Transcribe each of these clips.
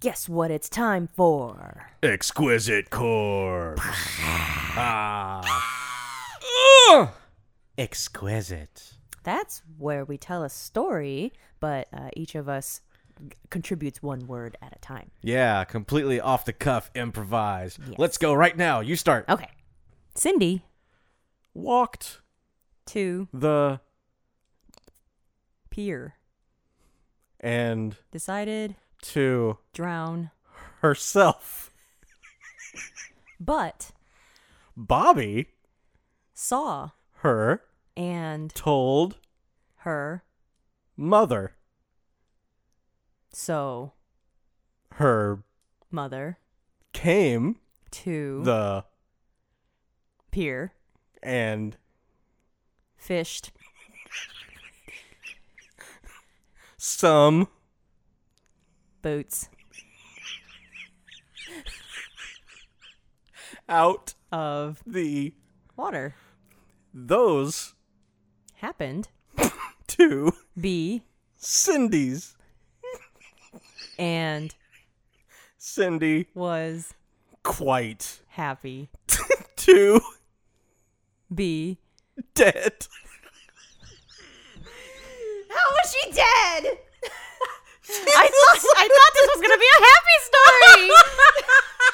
Guess what it's time for? Exquisite core. ah. Exquisite. That's where we tell a story, but uh, each of us g- contributes one word at a time. Yeah, completely off the cuff, improvised. Let's go right now. You start. Okay. Cindy, Walked to the pier, and decided, to drown, herself. but Bobby saw her and told her, mother so her mother, came to the pier, and fished, some boots out of the water. those Happened, to be, Cindy's. and Cindy was quite happy, to be. dead. How was she dead? I thought I thought this was gonna be a happy story.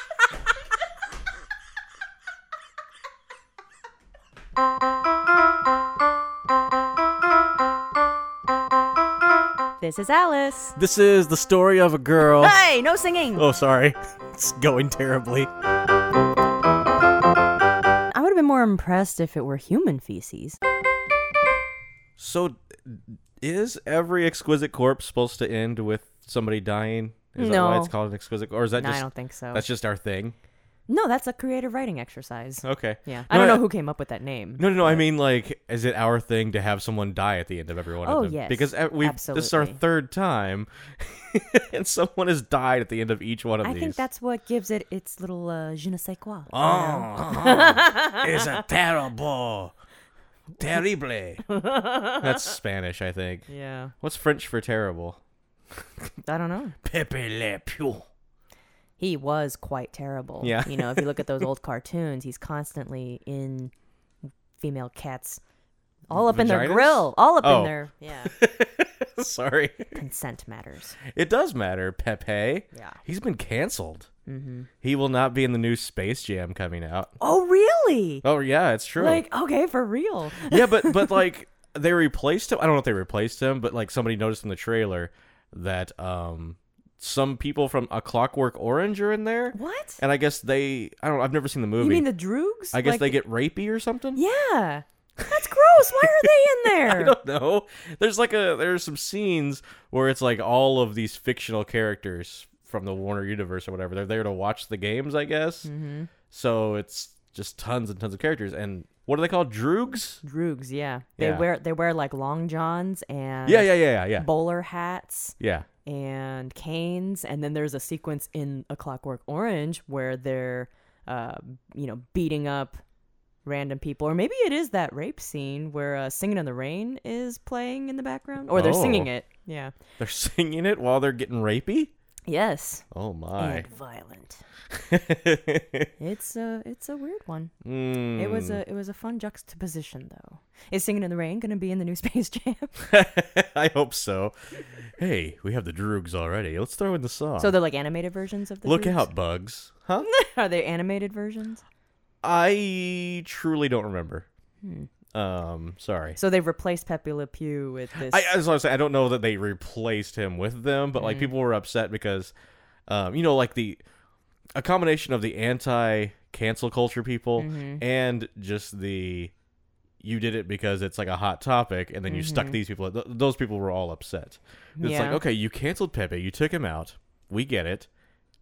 this is Alice. This is the story of a girl. Hey, no singing. Oh, sorry. It's going terribly. I would have been more impressed if it were human feces. So, is every exquisite corpse supposed to end with somebody dying? Is that why No. it's called an exquisite? Or is that No, just I don't think so. that's just our thing? no, that's a creative writing exercise. Okay. Yeah, I don't know who came up with that name. No, no, no. I mean, like, is it our thing to have someone die at the end of every one Oh, of them? yes, Because uh, we this is our absolutely. third time, and someone has died at the end of each one of I these. think that's what gives it its little uh, je ne sais quoi. Oh, it's a terrible, terrible. That's Spanish, I think. Yeah, What's French for terrible? I don't know. Pepe Le Pew. He was quite terrible. Yeah. you know, if you look at those old cartoons, he's constantly in female cats, all up in their Vaginas? grill, all up Oh. in their yeah. Sorry, Consent matters. it does matter. Pepe. Yeah. Mm-hmm. He's been canceled. He will not be in the new Space Jam coming out. Oh, really? Oh yeah, it's true. Like, okay, for real. yeah, but but like they replaced him. I don't know if they replaced him, but like somebody noticed in the trailer that um some people from A Clockwork Orange are in there. What? And I guess they I don't know, I've never seen the movie. You mean the droogs? I guess Like- they get rapey or something. Yeah, that's gross. Why are they in there? I don't know. There's like a there's some scenes where it's like all of these fictional characters from the Warner universe or whatever. They're there to watch the games, I guess. Mm-hmm. So it's just tons and tons of characters. And what are they called? Droogs? Droogs, yeah. They Yeah. wear they wear like long johns and Yeah, yeah, yeah, yeah, yeah. bowler hats Yeah. and canes. And then there's a sequence in A Clockwork Orange where they're, uh, you know, beating up random people. Or maybe it is that rape scene where uh, Singing in the Rain is playing in the background, or they're singing Oh. it. Yeah. They're singing it while they're getting rapey? Yes. Oh my. And violent. It's a it's a weird one. Hmm. It was a it was a fun juxtaposition though. Is Singing in the Rain going to be in the new Space Jam? I hope so. Hey, we have the droogs already. Let's throw in the song. so they're like animated versions of the Look Droogs? out, bugs. Huh? Are they animated versions? I truly don't remember. Um, sorry. Hmm. So they've replaced Pepe Le Pew with this. I, as I was saying, I don't know that they replaced him with them, but like Mm. people were upset because, um, you know, like the a combination of the anti cancel culture people Mm-hmm. and just the you did it because it's like a hot topic, and then you stuck these people. Th- those people were all upset. It's Mm-hmm. like Yeah. okay, you canceled Pepe, you took him out, we get it,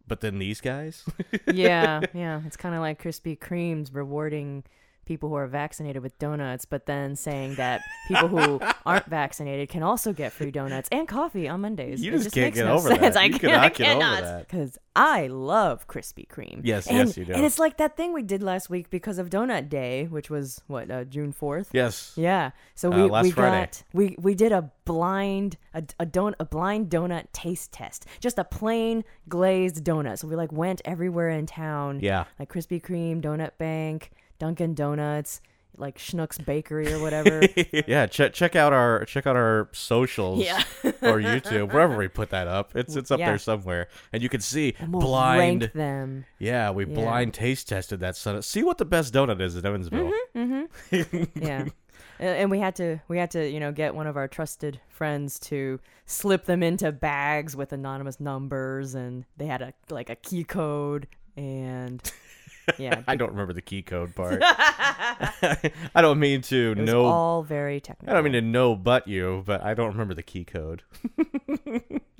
but then these guys, yeah, yeah. It's kind of like Krispy Kreme's rewarding people who are vaccinated with donuts, but then saying that people who aren't vaccinated can also get free donuts and coffee on Mondays. You It just can't makes get no over sense. that. I, You can't, cannot I get over cannot that. because I love Krispy Kreme. Yes, and, yes, you do. And it's like that thing we did last week because of Donut Day, which was what uh, June fourth. Yes. Yeah. So Uh, we, last we Friday. got we we did a blind a, a don a blind donut taste test. Just a plain glazed donut. So we like went everywhere in town. Yeah. Like Krispy Kreme, Donut Bank, Dunkin' Donuts, like Schnucks Bakery or whatever. yeah check check out our check out our socials Yeah. or youtube wherever we put that up it's it's up Yeah. there somewhere and you can see And we'll blind rank them. yeah we blind taste tested that son see what the best donut is in evansville Mm-hmm. Yeah. A- And we had to we had to, you know, get one of our trusted friends to slip them into bags with anonymous numbers and they had a like a key code and yeah, i don't remember the key code part i don't mean to It was know all very i technical. don't mean to know but you but i don't remember the key code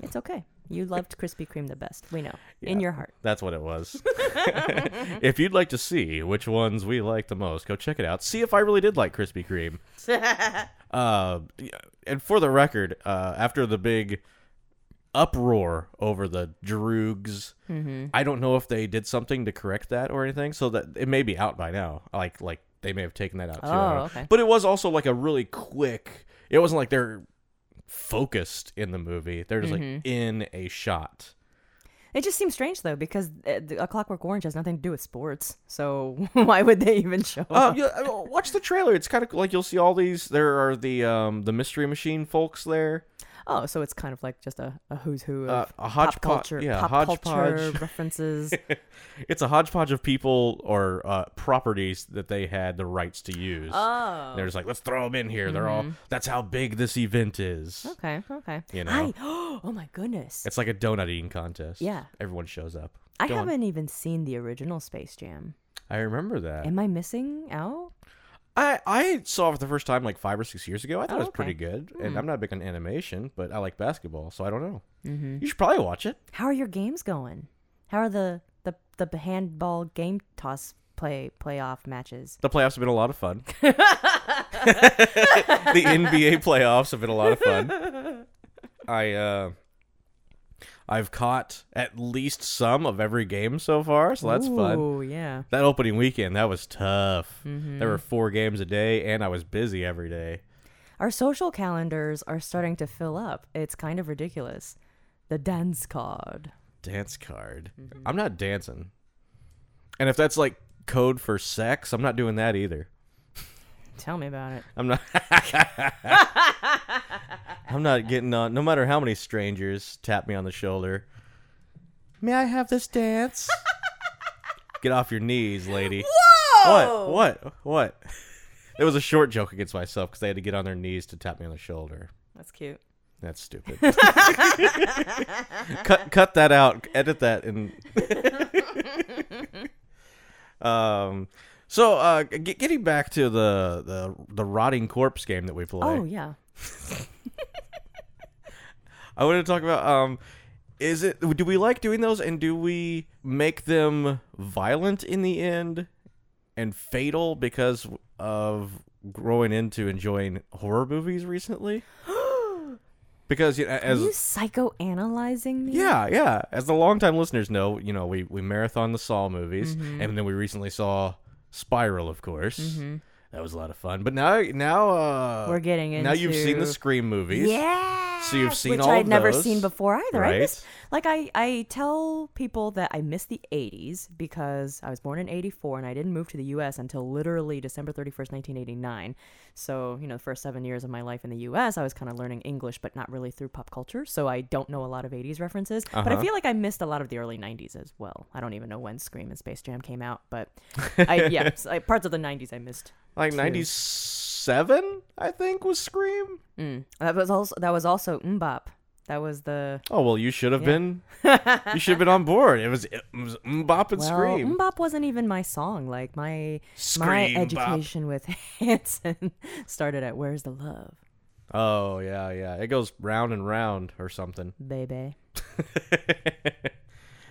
it's okay. You loved Krispy Kreme the best. We know in your heart. That's what it was. if you'd like to see which ones we like the most, go check it out. See if I really did like Krispy Kreme. uh, and for the record, uh, after the big uproar over the droogs, Mm-hmm. I don't know if they did something to correct that or anything, so that it may be out by now. Like like they may have taken that out too. I don't Oh, know. okay. But it was also like a really quick. It wasn't like they're focused in the movie. They're just like Mm-hmm. in a shot. It just seems strange though because uh, the- A Clockwork Orange has nothing to do with sports, so why would they even show Uh, up? yeah, I- well, watch the trailer. It's kind of like you'll see all these. There are the um the Mystery Machine folks there. Oh, so it's kind of like just a, a who's who of Uh, a pop hodgepodge. culture, yeah, pop culture hodgepodge. references. It's a hodgepodge of people or uh, properties that they had the rights to use. oh, Mm-hmm. They're just like, let's throw them in here. They're all. That's how big this event is. okay, okay. You know. I oh my goodness, It's like a donut eating contest. Yeah. Everyone shows up. I Go on. haven't even seen the original Space Jam. I remember that. Am I missing out? I I saw it for the first time like five or six years ago. I thought Oh, it was pretty good, and I'm not big on animation, but I like basketball, so I don't know. Mm-hmm. You should probably watch it. How are your games going? How are the the the handball game toss play playoff matches? The playoffs have been a lot of fun. the NBA playoffs have been a lot of fun. I uh I've caught at least some of every game so far, so that's fun. Ooh, yeah. That opening weekend, that was tough. There were four games a day and I was busy every day. Our social calendars are starting to fill up. It's kind of ridiculous. The dance card. Dance card. I'm not dancing. And if that's like code for sex, I'm not doing that either. Tell me about it. I'm not. I'm not getting on. No matter how many strangers tap me on the shoulder. May I have this dance? Get off your knees, lady. Whoa! What? What? What? It was a short joke against myself because they had to get on their knees to tap me on the shoulder. That's cute. That's stupid. cut cut that out. Edit that and um so uh g- getting back to the the the rotting corpse game that we play. Oh yeah. I wanted to talk about um is it do we like doing those and do we make them violent in the end and fatal because of growing into enjoying horror movies recently? because you know, Are as you psychoanalyzing me? Yeah, yeah. As the longtime listeners know, you know, we, we marathon the Saw movies, Mm-hmm. and then we recently saw Spiral, of course. That was a lot of fun. But now, now, uh, We're getting now you've seen the into- Scream movies. Yeah. So you've seen which all I'd of never those, seen before either. I right? miss, like I, I tell people that I miss the '80s because I was born in '84 and I didn't move to the U.S. until literally December 31st, 1989. So you know, the first seven years of my life in the U.S., I was kind of learning English, but not really through pop culture. So I don't know a lot of '80s references. But Uh-huh. I feel like I missed a lot of the early '90s as well. I don't even know when Scream and Space Jam came out, but I, yeah, so I- parts of the '90s I missed. Like ninety seven, I think was Scream. Mm. That was also that was also Mbop. That was the Oh well, you should have been. you should have been on board. It was, it was Mbop Well, and mm. Scream. Mbop wasn't even my song. Like my Scream, my bop. education with Hanson started at "Where's the Love, Oh yeah, yeah. It goes round and round or something. Baby."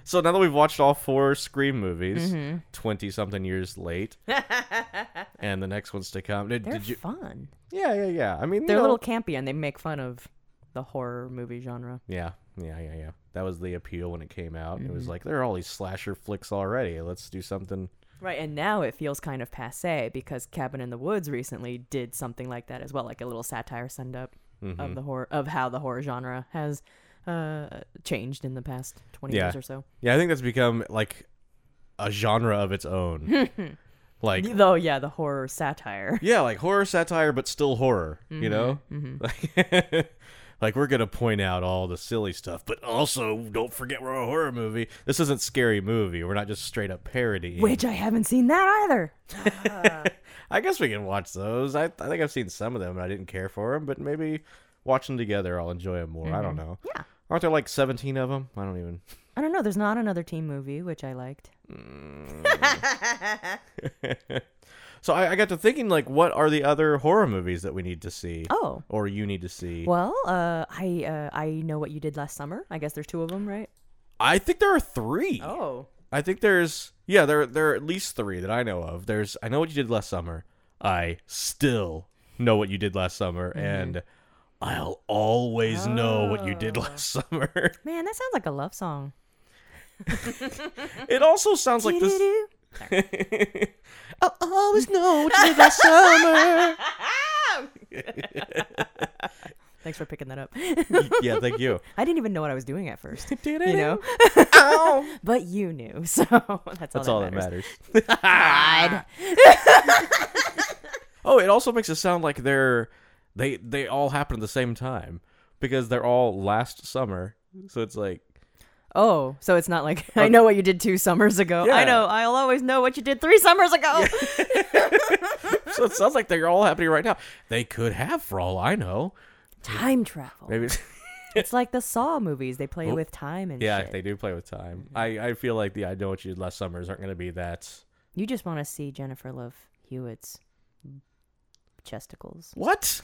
So now that we've watched all four Scream movies, Mm-hmm. 20 something years late, and the next ones to come. Did, They're did you? fun. Yeah, yeah, yeah. I mean, you They're a know- little campy and they make fun of the horror movie genre. Yeah, yeah, yeah, yeah. That was the appeal when it came out. It Mm-hmm. was like there are all these slasher flicks already. Let's do something. Right, and now it feels kind of passe because Cabin in the Woods recently did something like that as well, like a little satire send up of the horror of how the horror genre has uh, changed in the past twenty Yeah. years or so. Yeah, I think that's become like a genre of its own. like, Though, yeah, the horror satire. yeah, like horror satire, but still horror. Mm-hmm, You know, like, like we're gonna point out all the silly stuff, but also don't forget we're a horror movie. This isn't scary movie. We're not just straight up parody. Which I haven't seen that either. I guess we can watch those. I, I think I've seen some of them and I didn't care for them, but maybe watch them together, I'll enjoy them more. I don't know. Mm-hmm. Yeah. Aren't there like 17 of them? I don't even. I don't know. There's not another teen movie which I liked. So I, I got to thinking, like, what are the other horror movies that we need to see? Oh. Or you need to see? Well, uh, I uh, I know what you did last summer. I guess there's two of them, right? I think there are three. Oh, I think there's, yeah, there, there are at least three that I know of. There's, I know what you did last summer. I still know what you did last summer. And I'll always know what you did last summer. man, that sounds like a love song. it also sounds like this. Doo-doo. I'll always know what you did last summer. Thanks for picking that up. yeah, thank you. I didn't even know what I was doing at first, You you know. but you knew, so that's all. That's all that matters. matters. oh, it also makes it sound like they're they they all happen at the same time because they're all last summer. So it's like Oh, so it's not like I know what you did two summers ago. I Yeah. know. I'll always know what you did three summers ago. so it sounds like they're all happening right now. They could have for all I know. time travel. Maybe it's- It's like the Saw movies. They play with time and yeah, shit. they do play with time. I I feel like the I know what you did last summers aren't going to be that. You just want to see Jennifer Love Hewitt's chesticles. What?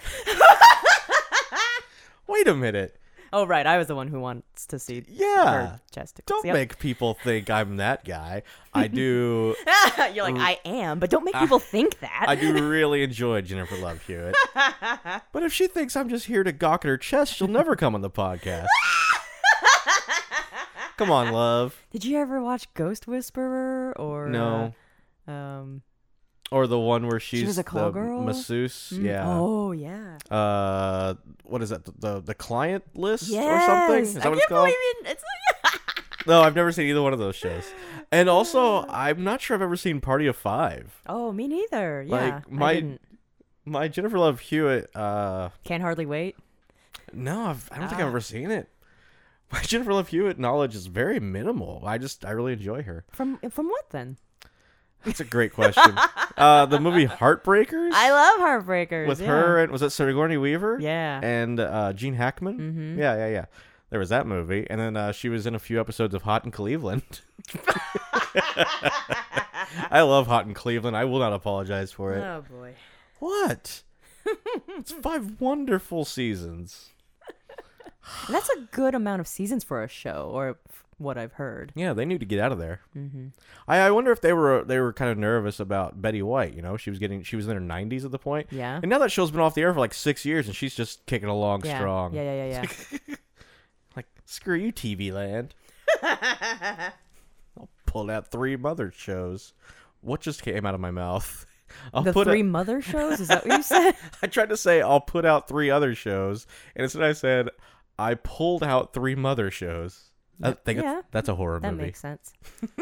Wait a minute. Oh, right. I was the one who wants to see Yeah. her chesticles. Don't Yep. make people think I'm that guy. I do. You're like, I am, but don't make people think that. Ah. I do really enjoy Jennifer Love Hewitt. But if she thinks I'm just here to gawk at her chest, she'll never come on the podcast. come on, love. Did you ever watch Ghost Whisperer or No. uh, um. Or the one where she's was a call the girl? masseuse. Yeah. Oh yeah. Uh, what is that? The the, the client list Yes. or something? Is that I what can't it's called? believe you- it's No, I've never seen either one of those shows. And also, I'm not sure I've ever seen Party of Five. Oh, me neither. Yeah. Like my I didn't. my Jennifer Love Hewitt. Uh, Can't hardly wait. no, I've, I don't Ah. think I've ever seen it. My Jennifer Love Hewitt knowledge is very minimal. I just I really enjoy her. From from what then? That's a great question. uh, the movie Heartbreakers I love Heartbreakers. with yeah. her and was that Sigourney Weaver? Yeah. and uh, Gene Hackman. Mm-hmm. Yeah, yeah, yeah. There was that movie, and then uh, she was in a few episodes of Hot in Cleveland. I love Hot in Cleveland. I will not apologize for it. Oh boy. What? it's five wonderful seasons. And that's a good amount of seasons for a show, or f- what I've heard. Yeah, they need to get out of there. Mm-hmm. I, I wonder if they were they were kind of nervous about Betty White. You know, she was getting she was in her nineties at the point. Yeah. and now that show's been off the air for like six years, and she's just kicking along Yeah. strong. Yeah, yeah, yeah, yeah. Like screw you, TV Land. I'll pull out three mother shows. What just came out of my mouth? I'll the put three out- mother shows. Is that what you said? I tried to say I'll put out three other shows, and instead I said I pulled out three mother shows. I think it's- Yeah. that's a horror that movie. makes sense.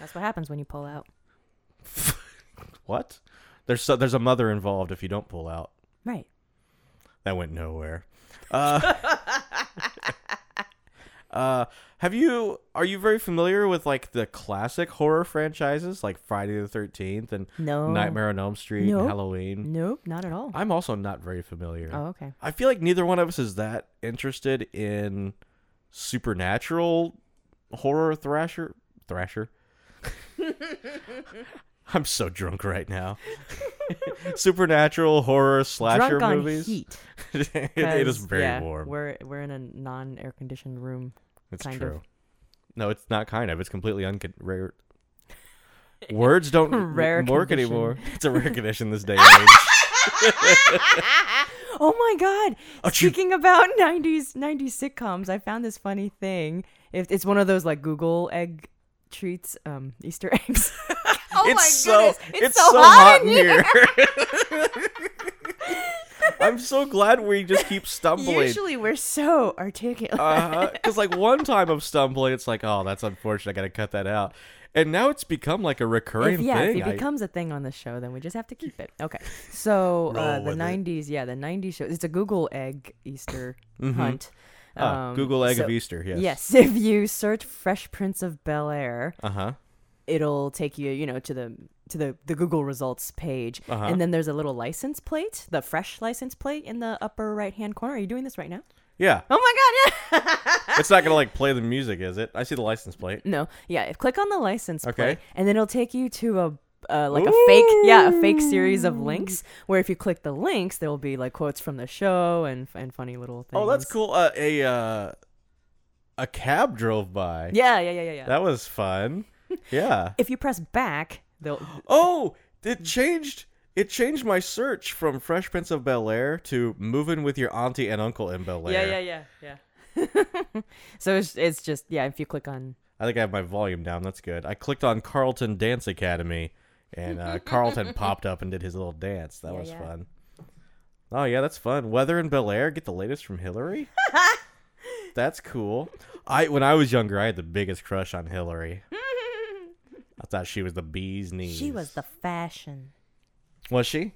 that's what happens when you pull out. What? There's so, there's a mother involved if you don't pull out. Right. That went nowhere. Uh, uh, have you are you very familiar with like the classic horror franchises like Friday the Thirteenth and No. Nightmare on Elm Street Oh. Nope. and Halloween? Nope. Not at all. I'm also not very familiar. Oh, okay. I feel like neither one of us is that interested in supernatural horror thrasher thrasher. I'm so drunk right now. supernatural horror slasher Drunk on movies. heat. it it is 'cause, very yeah, warm. We're we're in a non air conditioned room. It's kind true. of. No, it's not kind of. It's completely uncon rare. Words don't Rare m- work condition. anymore. It's a rare condition this day. and age. oh my god! Achoo. Speaking about '90s '90s sitcoms, I found this funny thing. If it's one of those like Google egg treats, um, Easter eggs. oh it's my so goodness! it's, so, hot, in here. I'm so glad we just keep stumbling. Usually we're so articulate. Uh Because like one time I'm stumbling, it's like, oh, that's unfortunate. I gotta cut that out. And now it's become like a recurring if, yeah, thing. if it I- becomes a thing on the show, then we just have to keep it. Okay. So uh, Roll the with it. '90s, yeah, the '90s show. It's a Google egg Easter hunt. Mm-hmm. Ah, Um, Google egg so- of Easter. Yes. Yes, if you search Fresh Prince of Bel Air, Uh huh. it'll take you, you know, to the to the, the Google results page. Uh-huh. And then there's a little license plate, the fresh license plate in the upper right hand corner. Are you doing this right now? Yeah. Oh my god, yeah. it's not gonna like play the music, is it? I see the license plate. no. Yeah, if- click on the license Okay. plate and then it'll take you to a uh, like a fake yeah, a fake series of links where if you click the links there will be like quotes from the show and and funny little things. Oh, that's cool. Uh, a uh, a cab drove by. Yeah, yeah, yeah, yeah, yeah. That was fun. Yeah. if you press back, they'll oh, it changed. It changed my search from Fresh Prince of Bel Air to moving with your auntie and uncle in Bel Air. Yeah, yeah, yeah, yeah. so it's it's just yeah. If you click on I think I have my volume down. That's good. I clicked on Carlton Dance Academy, and uh, Carlton popped up and did his little dance. That was yeah. fun. Oh yeah, that's fun. Weather in Bel Air. Get the latest from Hillary. that's cool. I when I was younger, I had the biggest crush on Hillary. I thought she was the bee's knees. she was the fashion. Was she?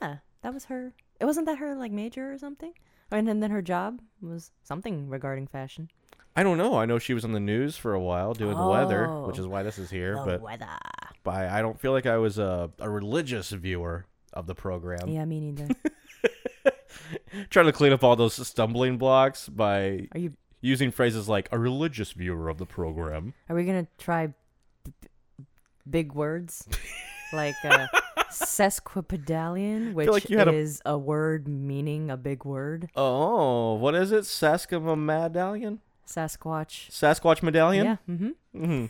Yeah, that was her. It wasn't that her like major or something. And then, then her job was something regarding fashion. I don't know. I know she was on the news for a while doing the weather, Oh. which is why this is here. But, weather. but I I don't feel like I was a, a religious viewer of the program. Yeah, me neither. trying to clean up all those stumbling blocks by Are you? using phrases like a religious viewer of the program. Are we gonna try b- b- big words like uh, sesquipedalian, which like you had a- is a word meaning a big word? Oh, what is it? Saskama medallion? Sasquatch. Sasquatch medallion? Yeah. Mm-hmm.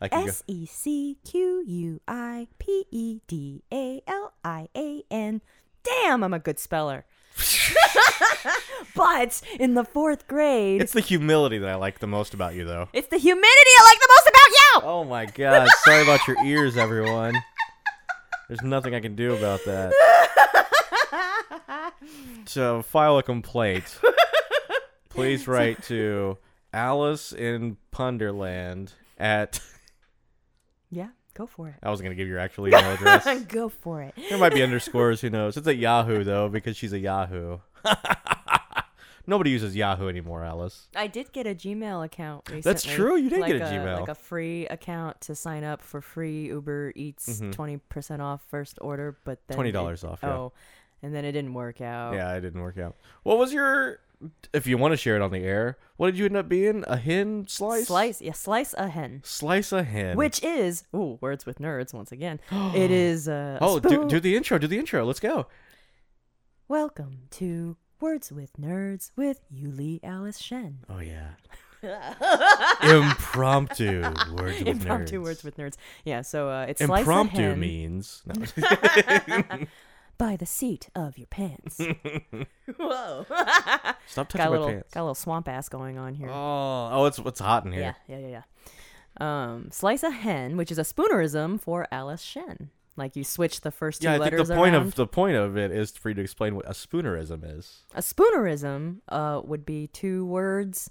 I can go. S E C Q U I P E D A L I A N. Damn, I'm a good speller. but in the fourth grade, It's the humility that I like the most about you, though. it's the humidity I like the most about you. Oh my god. Sorry about your ears, everyone. There's nothing I can do about that. To file a complaint, please write to Alice in Punderland at. Yeah, go for it. I was going to give your actual email address. go for it. There might be underscores. Who knows? It's a Yahoo though, because she's a Yahoo. Nobody uses Yahoo anymore, Alice. I did get a Gmail account recently. true, you did like get a Gmail. Like a free account to sign up for free Uber Eats 20% off first order, but then. Mm-hmm. Twenty it- dollars off. Yeah. Oh, and then it didn't work out. yeah, it didn't work out. What was your? If you want to share it on the air, what did you end up being? A hen slice. Slice, yeah, slice a hen. Slice a hen. which is ooh words with nerds once again. it is uh, a Oh, do, spoon- do the intro. Do the intro. Let's go. welcome to words with nerds with Yuli Alice Shen. Oh yeah. Impromptu words with Impromptu nerds. words with nerds. Yeah, so uh, it's slice a Impromptu hen means no, by the seat of your pants. Whoa, stop touching got a little my pants. got a little swamp ass going on here. Oh, oh, it's it's hot in here. yeah, yeah, yeah, yeah. Um, slice a hen, which is a spoonerism for Alice Shen. Like you switch the first two Yeah, I letters think the point around. of the point of it is for you to explain what a spoonerism is. A spoonerism uh, would be two words,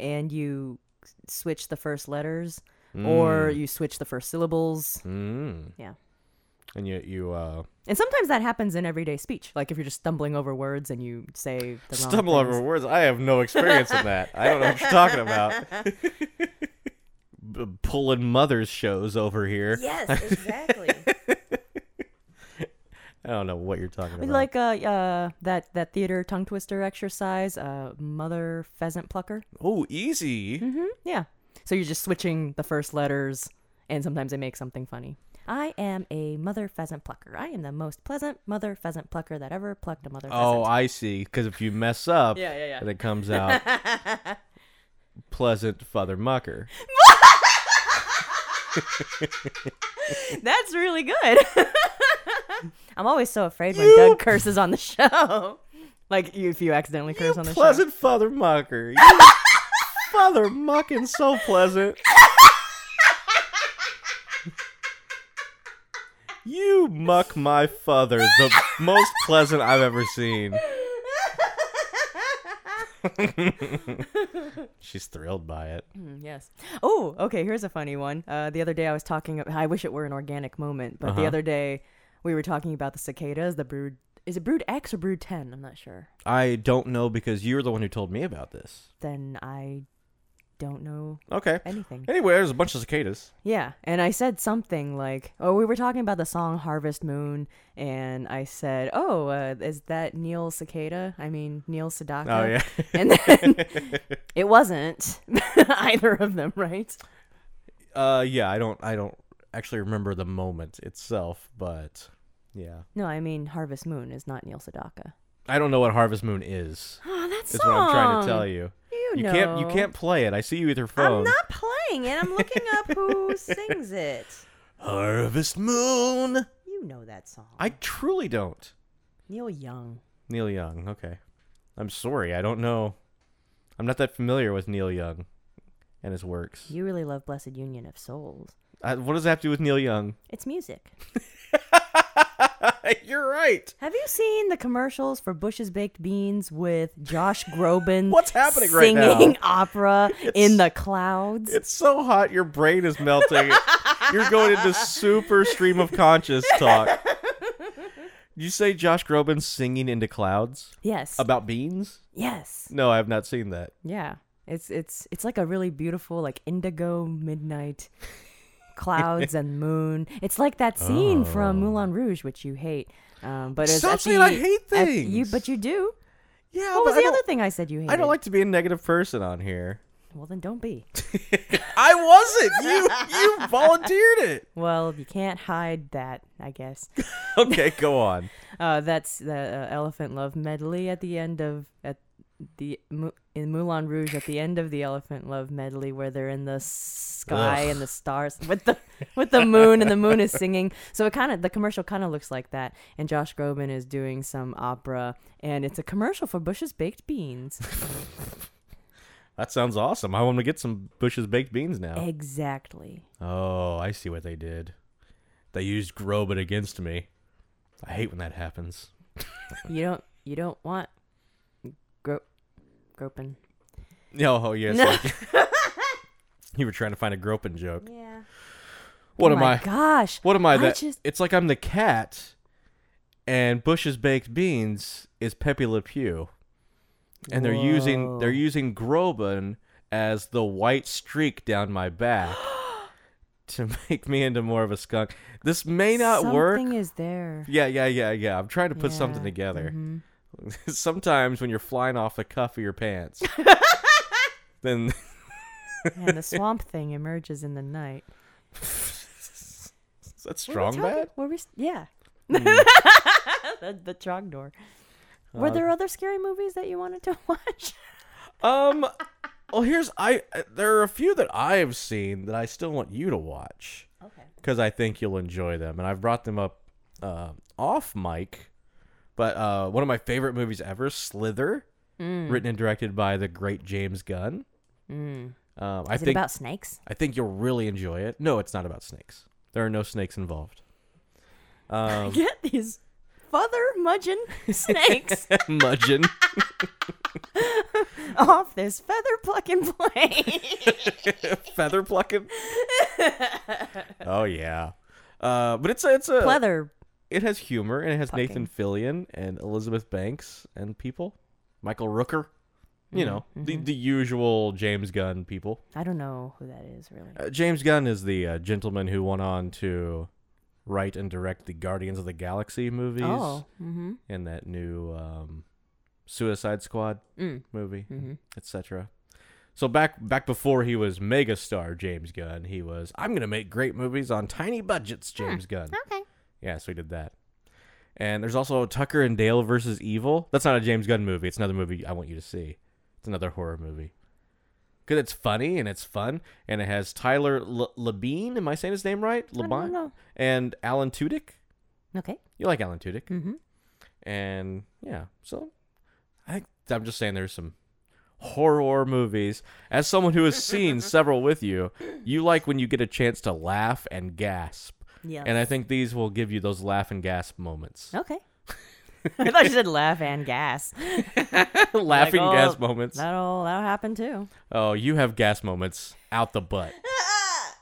and you s- switch the first letters, Hmm. or you switch the first syllables. Mm. Yeah, And you you uh, and sometimes that happens in everyday speech. Like if you're just stumbling over words and you say the wrong stumble things. over words. I have no experience in that. I don't know what you're talking about. B- pulling mothers shows over here. Yes, exactly. I don't know what you're talking about. like uh, uh, that that theater tongue twister exercise, uh, mother pheasant plucker. oh, easy. Yeah. So you're just switching the first letters, and sometimes they make something funny. I am a mother pheasant plucker. I am the most pleasant mother pheasant plucker that ever plucked a mother Oh, pheasant. I see. Because if you mess up, Yeah, yeah, yeah. then it comes out pleasant father mucker. That's really good. I'm always so afraid when Doug curses on the show. Like you, if you accidentally curse on the show. pleasant father mucker. You father mucking so pleasant. you muck my father, the most pleasant I've ever seen. She's thrilled by it. Mm, Yes. Oh, okay. Here's a funny one. Uh, the other day I was talking. I wish it were an organic moment, but the Uh-huh. other day we were talking about the cicadas. The brood is it brood X or brood ten? I'm not sure. I don't know because you're the one who told me about this. Then I don't know Okay. anything. Anyway, there's a bunch of cicadas. Yeah, and I said something like, "Oh, we were talking about the song Harvest Moon," and I said, "Oh, uh, is that Neil Cicada? I mean Neil Sedaka." Oh yeah. and then it wasn't either of them, right? Uh yeah, I don't I don't actually remember the moment itself, but yeah. No, I mean Harvest Moon is not Neil Sedaka. I don't know what Harvest Moon is. Oh, that Is song. what I'm trying to tell you. You, You know. can't you can't play it. I see you with your I'm phone. not playing it. I'm looking up who sings it. Harvest Moon. You know that song. I truly don't. Neil Young. Neil Young. Okay. I'm sorry. I don't know. I'm not that familiar with Neil Young and his works. You really love Blessed Union of Souls. I, what does that have to do with Neil Young? It's music. You're right. Have you seen the commercials for Bush's Baked Beans with Josh Groban? What's happening right singing now? opera in the clouds. It's so hot, your brain is melting. You're going into super stream of conscious talk. You say Josh Groban singing into clouds Yes. about beans? yes. No, I have not seen that. Yeah. It's it's it's like a really beautiful like indigo midnight clouds and moon. It's like that scene from Moulin Rouge which you hate. Um, but it's Oh. Stop at saying I the- hate at- you things. but you do. Yeah, What was but I the other don't- thing I said you hated? I don't like to be a negative person on here. Well, then don't be. I wasn't. You you volunteered it. Well, you can't hide that, I guess. Okay, go on. Uh, that's the uh, Elephant Love medley at the end of at the Mu- in Moulin Rouge at the end of the Elephant Love medley where they're in the sky and the stars with the with the moon and the moon is singing. So it kind of the commercial kind of looks like that, and Josh Groban is doing some opera, and it's a commercial for Bush's baked beans. That sounds awesome. I want to get some Bush's baked beans now. exactly. Oh, I see what they did. They used Groban against me. I hate when that happens. You don't you don't want gro- groping. No, oh, yes. No. like- you were trying to find a groping joke. Yeah. What oh am my I? Gosh. What am I? I That just- it's like I'm the cat, and Bush's baked beans is Pepe Le Pew, and they're using they're Whoa. using Groban as the white streak down my back to make me into more of a skunk. This may not Something work. is there. Yeah, yeah, yeah, yeah. I'm trying to put something Yeah, mm-hmm. together. Sometimes when you're flying off the cuff of your pants, then and the swamp thing emerges in the night. is that Were we strong talking- bad? Were we? s- Yeah. Hmm. the, the Trogdor. Were there other scary movies that you wanted to watch? Um. Well, here's I. There are a few that I've seen that I still want you to watch Okay. because I think you'll enjoy them, and I've brought them up uh, off mic. But uh, one of my favorite movies ever, Slither, Mm. written and directed by the great James Gunn. Um, I Mm. Is think it about snakes? I think you'll really enjoy it. No, it's not about snakes. There are no snakes involved. Um, Get these father mudgeon snakes Mudgeon. off this feather plucking plane. feather plucking. oh yeah, uh, but it's a, it's a Pleather. it has humor and it has Nathan Plucking. Fillion and Elizabeth Banks and people, Michael Rooker, Mm-hmm, you know the the usual James Gunn people. I don't know who that is really. Uh, James Gunn is the uh, gentleman who went on to write and direct the Guardians of the Galaxy movies Oh. Mm-hmm. and that new um, Suicide Squad Mm. movie, Mhm. etc. So back back before he was megastar James Gunn, he was I'm gonna make great movies on tiny budgets, Hmm. James Gunn. Okay. Yeah, so he did that. And there's also Tucker and Dale versus Evil. That's not a James Gunn movie. It's another movie I want you to see. It's another horror movie. Because it's funny and it's fun, and it has Tyler L- Labine. Am I saying his name right? don't Labine know. and Alan Tudyk. Okay. You like Alan Tudyk, Mm-hmm. and yeah. So I think I'm just saying there's some horror movies. As someone who has seen several with you, you like when you get a chance to laugh and gasp. Yeah. And I think these will give you those laugh and gasp moments. okay. I thought you said laugh and gas. Laughing Like, oh, gas moments. That'll that'll happen too. Oh, you have gas moments out the butt.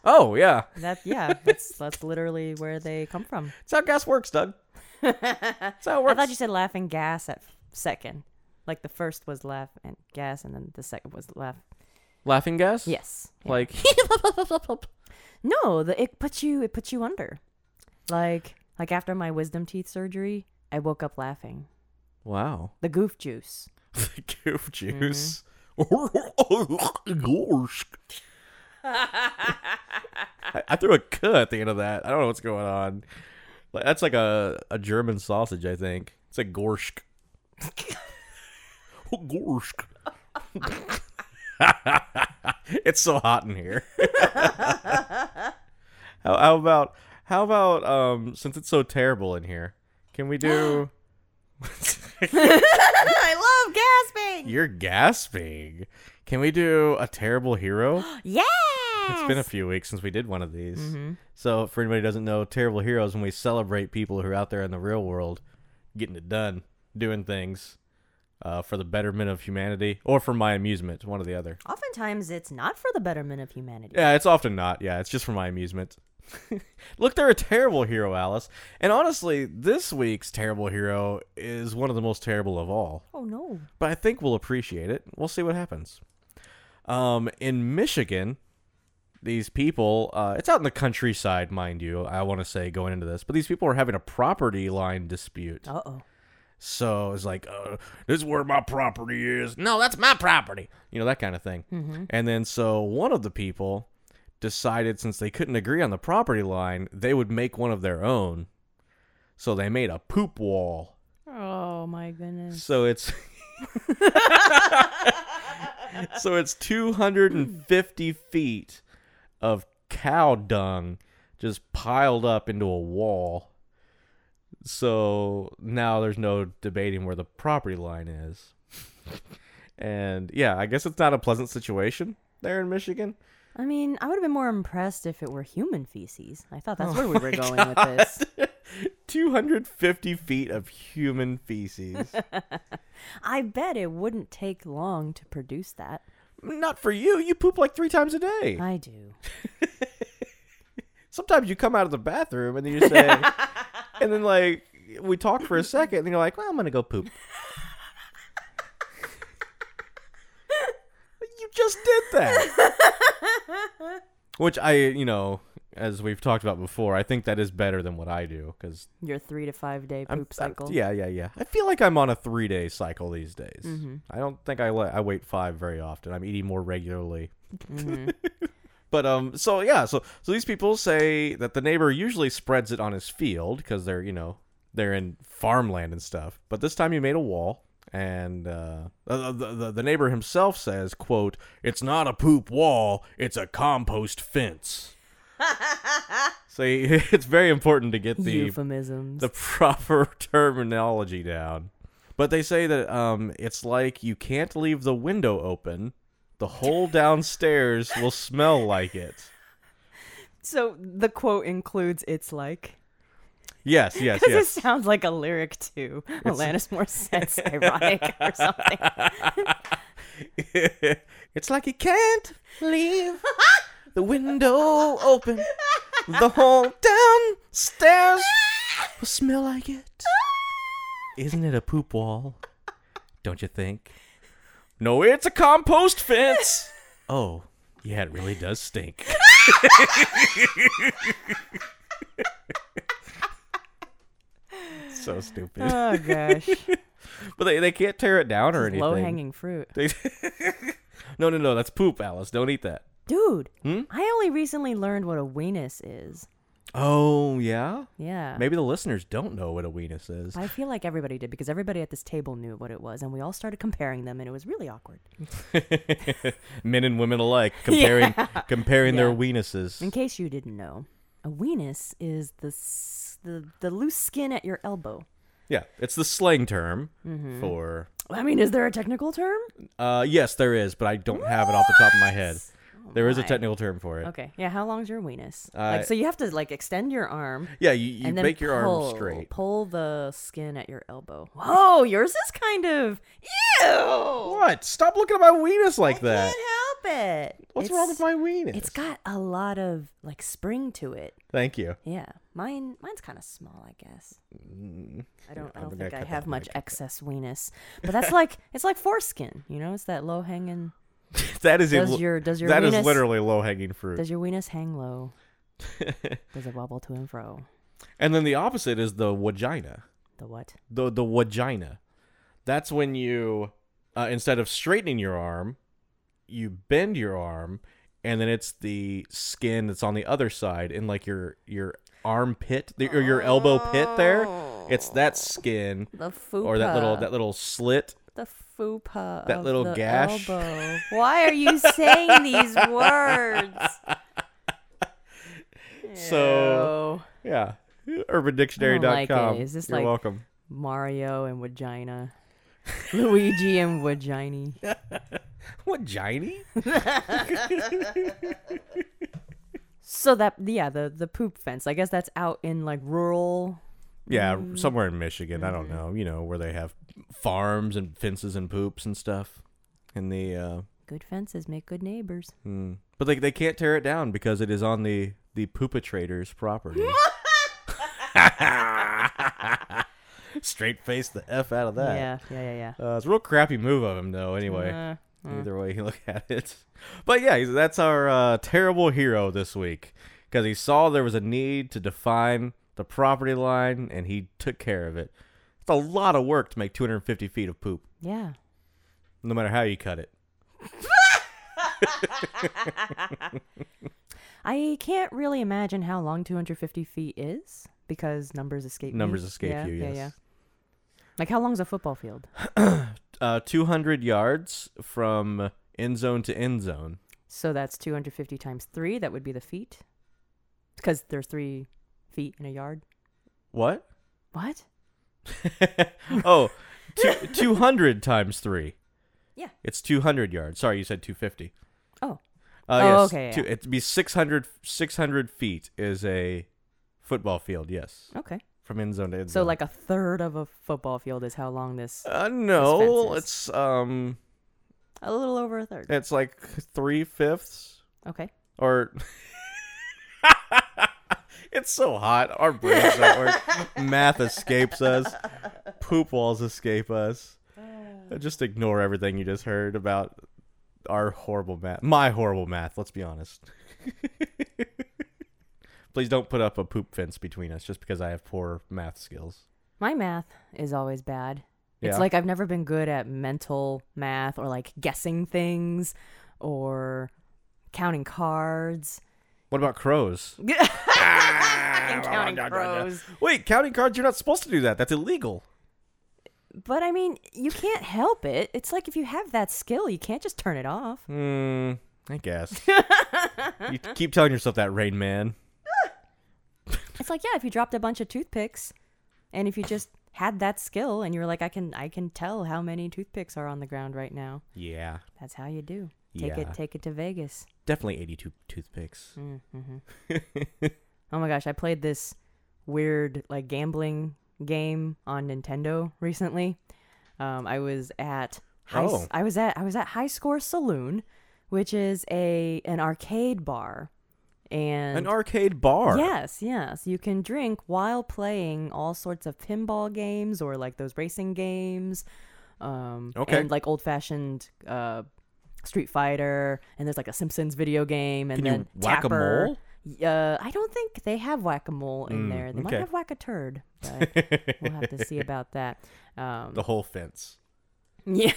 oh, yeah. That yeah, that's that's literally where they come from. That's how gas works, Doug. That's how it I works. thought you said laugh and gas at second. Like the first was laugh and gas, and then the second was laugh. Laughing gas? Yes. Like, No, the, it puts you it puts you under. Like like after my wisdom teeth surgery, I woke up laughing. wow. The goof juice. the goof juice. I, I threw a "k" at the end of that. I don't know what's going on. Like that's like a, a German sausage, I think. It's like gorsk. gorsk. it's so hot in here. how, how about how about um since it's so terrible in here, can we do I love gasping. You're gasping. Can we do a terrible hero? Yeah. It's been a few weeks since we did one of these. So, for anybody who doesn't know, terrible heroes when we celebrate people who are out there in the real world getting it done, doing things uh, for the betterment of humanity or for my amusement, one or the other. Oftentimes it's not for the betterment of humanity. Yeah, it's often not. Yeah, it's just for my amusement. Look, they're a terrible hero, Alice. And honestly, this week's terrible hero is one of the most terrible of all Oh no. but I think we'll appreciate it. We'll see what happens. Um, in Michigan, these people, uh, it's out in the countryside, mind you, I want to say going into this, but these people are having a property line dispute. Uh oh. So it's like, uh, this is where my property is. No, that's my property. You know, that kind of thing. And then so one of the people decided since they couldn't agree on the property line, they would make one of their own. So they made a poop wall. Oh my goodness. So it's so it's 250 feet of cow dung just piled up into a wall. So now there's no debating where the property line is. And yeah, I guess it's not a pleasant situation there in Michigan. I mean, I would have been more impressed if it were human feces. I thought that's where we were going with this. 250 feet of human feces. I bet it wouldn't take long to produce that. not for you. You poop like three times a day. I do. sometimes you come out of the bathroom and then you say, and then like we talk for a second, and you're like, well, I'm gonna go poop. you just did that. Which I, you know, as we've talked about before, I think that is better than what I do because Your three to five day poop cycle. uh, yeah, yeah, yeah. I feel like I'm on a three day cycle these days. Mm-hmm. I don't think I let I wait five very often. I'm eating more regularly. Mm-hmm. but um, so yeah, so so these people say that the neighbor usually spreads it on his field because they're you know they're in farmland and stuff. But this time he made a wall. And uh, the, the- the, the neighbor himself says, "quote It's not a poop wall; it's a compost fence." so he- it's very important to get the Euphemisms. the proper terminology down. But they say that um, it's like you can't leave the window open. The whole downstairs will smell like it. so the quote includes "It's like" Yes, yes, because yes. it sounds like a lyric to Alanis Morissette's "Ironic" or something. it's like you can't leave the window open. The whole downstairs will smell like it. Isn't it a poop wall? Don't you think? No, it's a compost fence. Oh, yeah, it really does stink. so stupid. Oh gosh, But they, they can't tear it down or anything. low hanging fruit. They, No, no, no. That's poop, Alice. Don't eat that. Dude, Hmm? I only recently learned what a weenus is. Oh, yeah? Yeah. Maybe the listeners don't know what a weenus is. I feel like everybody did because everybody at this table knew what it was, and we all started comparing them, and it was really awkward. Men and women alike comparing comparing their weenuses. In case you didn't know, a weenus is the s- the, the loose skin at your elbow. Yeah, it's the slang term Mm-hmm. for I mean, is there a technical term? Uh, yes, there is, but I don't have it off the top of my head. There is a my. technical term for it. Okay. Yeah. How long's your weenus? like, Uh, so you have to like extend your arm. Yeah, you, you and then make your pull, arm straight. Pull the skin at your elbow. Whoa, yours is kind of ew. What? Stop looking at my weenus like that. Can't help it. What's It's- wrong with my weenus? It's got a lot of like spring to it. Thank you. Yeah, mine mine's kind of small, I guess. I don't I Mm, I'm don't gonna think I cut that. have I'm much excess weenus, but that's like it's like foreskin. You know, it's that low hanging. That is Does a, your- does your that is weenus- literally low hanging fruit. Does your weenus hang low? Does it wobble to and fro? and then the opposite is the vagina. The what? The the vagina. That's when you uh, instead of straightening your arm, you bend your arm, and then it's the skin that's on the other side in like your your armpit the, or your elbow pit there. It's that skin The fupa. or that little that little slit. the fupa. that of little the gash. elbow. Why are you saying these words? So Oh, yeah, I don't like UrbanDictionary.com. it. Is this You're like- welcome. Mario and vagina. Luigi and vagina. What giny? So that yeah, the the poop fence. I guess that's out in like rural. Yeah, Mm. somewhere in Michigan. I don't know. You know where they have farms and fences and poops and stuff. And the uh, Good fences make good neighbors. mm. but they they can't tear it down because it is on the the poopatrator's property. Straight face the f out of that. Yeah, yeah, yeah, yeah. Uh, it's a real crappy move of him though. Anyway. Uh, Either way you look at it. But yeah, he's- that's our uh, terrible hero this week because he saw there was a need to define the property line and he took care of it. It's a lot of work to make 250 feet of poop, yeah. no matter how you cut it. I can't really imagine how long 250 feet is because numbers escape me. Numbers escape Yeah, you, yeah, yes. yeah. Like how long's a football field? Uh, 200 yards from end zone to end zone. So that's 250 times 3, that would be the feet. Cuz there's 3 feet in a yard. What? What? oh, two, 200 times three. Yeah. It's 200 yards. Sorry, you said 250. Oh. Uh, Oh, yes, okay, Two, yeah. It'd be 600, 600 feet is a football field, yes. Okay. From end zone to end So zone. like a third of a football field is how long this Uh, no, fences. it's um, a little over a third. it's like three fifths Okay. or. it's so hot. Our brains don't work. Math escapes us. Poop walls escape us. Just ignore everything you just heard about our horrible math. My horrible math. Let's be honest. Please don't put up a poop fence between us just because I have poor math skills. My math is always bad. It's Yeah. like I've never been good at mental math or like guessing things or counting cards. What about crows? Ah, Fucking counting crows. Wait, counting cards, you're not supposed to do that. That's illegal. But I mean, you can't help it. It's like if you have that skill, you can't just turn it off. Hmm, I guess. you keep telling yourself that, Rain Man. It's like, yeah, if you dropped a bunch of toothpicks and if you just had that skill and you were like I can I can tell how many toothpicks are on the ground right now. Yeah. That's how you do. Take Yeah. it take it to Vegas. Definitely 82 toothpicks. Mm. Oh my gosh, I played this weird like gambling game on Nintendo recently. Um, I was at high, s- Oh. I was at I was at High Score Saloon, which is a an arcade bar, and An arcade bar. yes, yes, you can drink while playing all sorts of pinball games or like those racing games, um, Okay. and like old fashioned. Uh, Street Fighter, and there's like a Simpsons video game, and Can you then whack-a-mole? Tapper. Uh, I don't think they have whack a mole in there. They might Mm, okay. have whack a turd, but we'll have to see about that. Um, The whole fence. Yeah.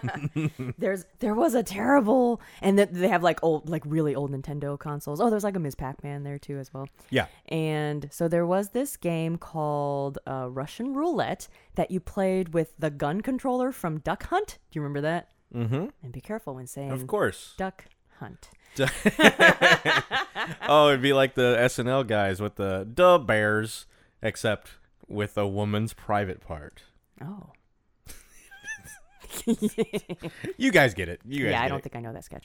There's there was a terrible and that they have like old like really old Nintendo consoles. Oh, there's like a Ms. Pac-Man there too as well. Yeah. And so there was this game called uh, Russian Roulette that you played with the gun controller from Duck Hunt. Do you remember that? Mm-hmm. And be careful when saying Of course. Duck Hunt. oh, it'd be like the SNL guys with the duh bears, except with a woman's private part. Oh. You guys get it. You guys yeah, I get don't it. think I know that sketch.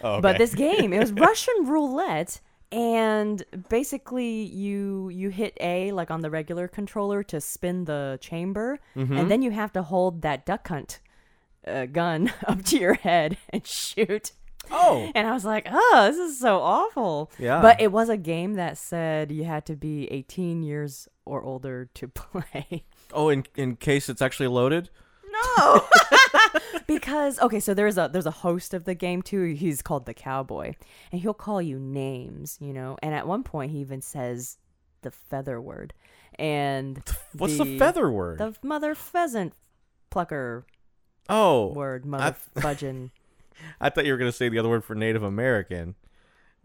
Oh, okay. But this game, it was Russian roulette, and basically you you hit A like on the regular controller to spin the chamber, Mm-hmm. and then you have to hold that duck hunt uh, gun up to your head and shoot. Oh. And I was like, oh, this is so awful. Yeah. But it was a game that said you had to be 18 years or older to play. Oh, in in case it's actually loaded. No. because okay, so there's a there's a host of the game too. He's called the cowboy, and he'll call you names, you know. And at one point, he even says the feather word, and What's the, feather word? The mother pheasant plucker oh, word, mother fudgeon. I thought you were gonna say the other word for Native American.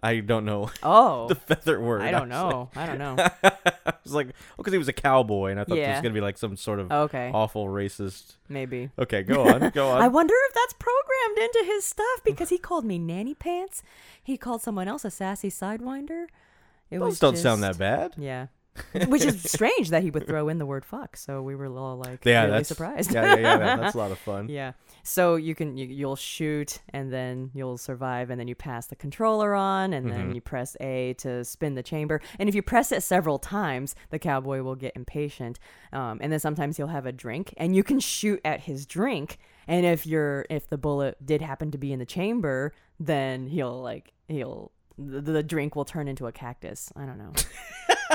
I don't know Oh, the feather word. I don't was like- know. I don't know. I was like, because he was a cowboy, and I thought there Yeah. was gonna be like some sort of Okay, awful racist. maybe. Okay, go on, Oh. go on. I wonder if that's programmed into his stuff because he called me nanny pants. He called someone else a sassy sidewinder. It Those was don't sound just- that bad. Yeah. Which is strange that he would throw in the word fuck. So we were all like Yeah, really that's surprised. Yeah, yeah, yeah. that- that's a lot of fun. Yeah. So you can you, you'll shoot and then you'll survive and then you pass the controller on and Mm-hmm. then you press A to spin the chamber and if you press it several times the cowboy will get impatient um, and then sometimes he'll have a drink and you can shoot at his drink and if you're if the bullet did happen to be in the chamber then he'll like he'll the, the drink will turn into a cactus. I don't know.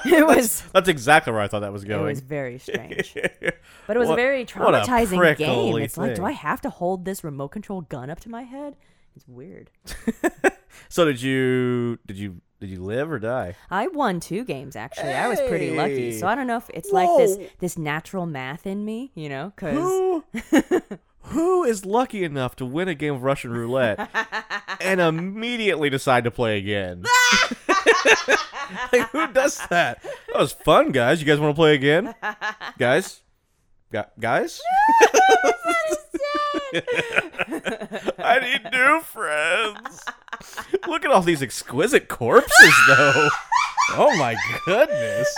it was That's exactly where I thought that was it going. was very strange. But it was What- a very what a traumatizing game. prickly It's like, do thing. I have to hold this remote control gun up to my head? It's weird. so did you did you did you live or die? I won two games actually. I was pretty lucky. Hey! So I don't know if it's like this Whoa! this natural math in me, you know, because Who who is lucky enough to win a game of Russian roulette and immediately decide to play again? like who does that? That was fun, guys. You guys want to play again, guys? Gu- guys? I need new friends. Look at all these exquisite corpses, though. Oh my goodness.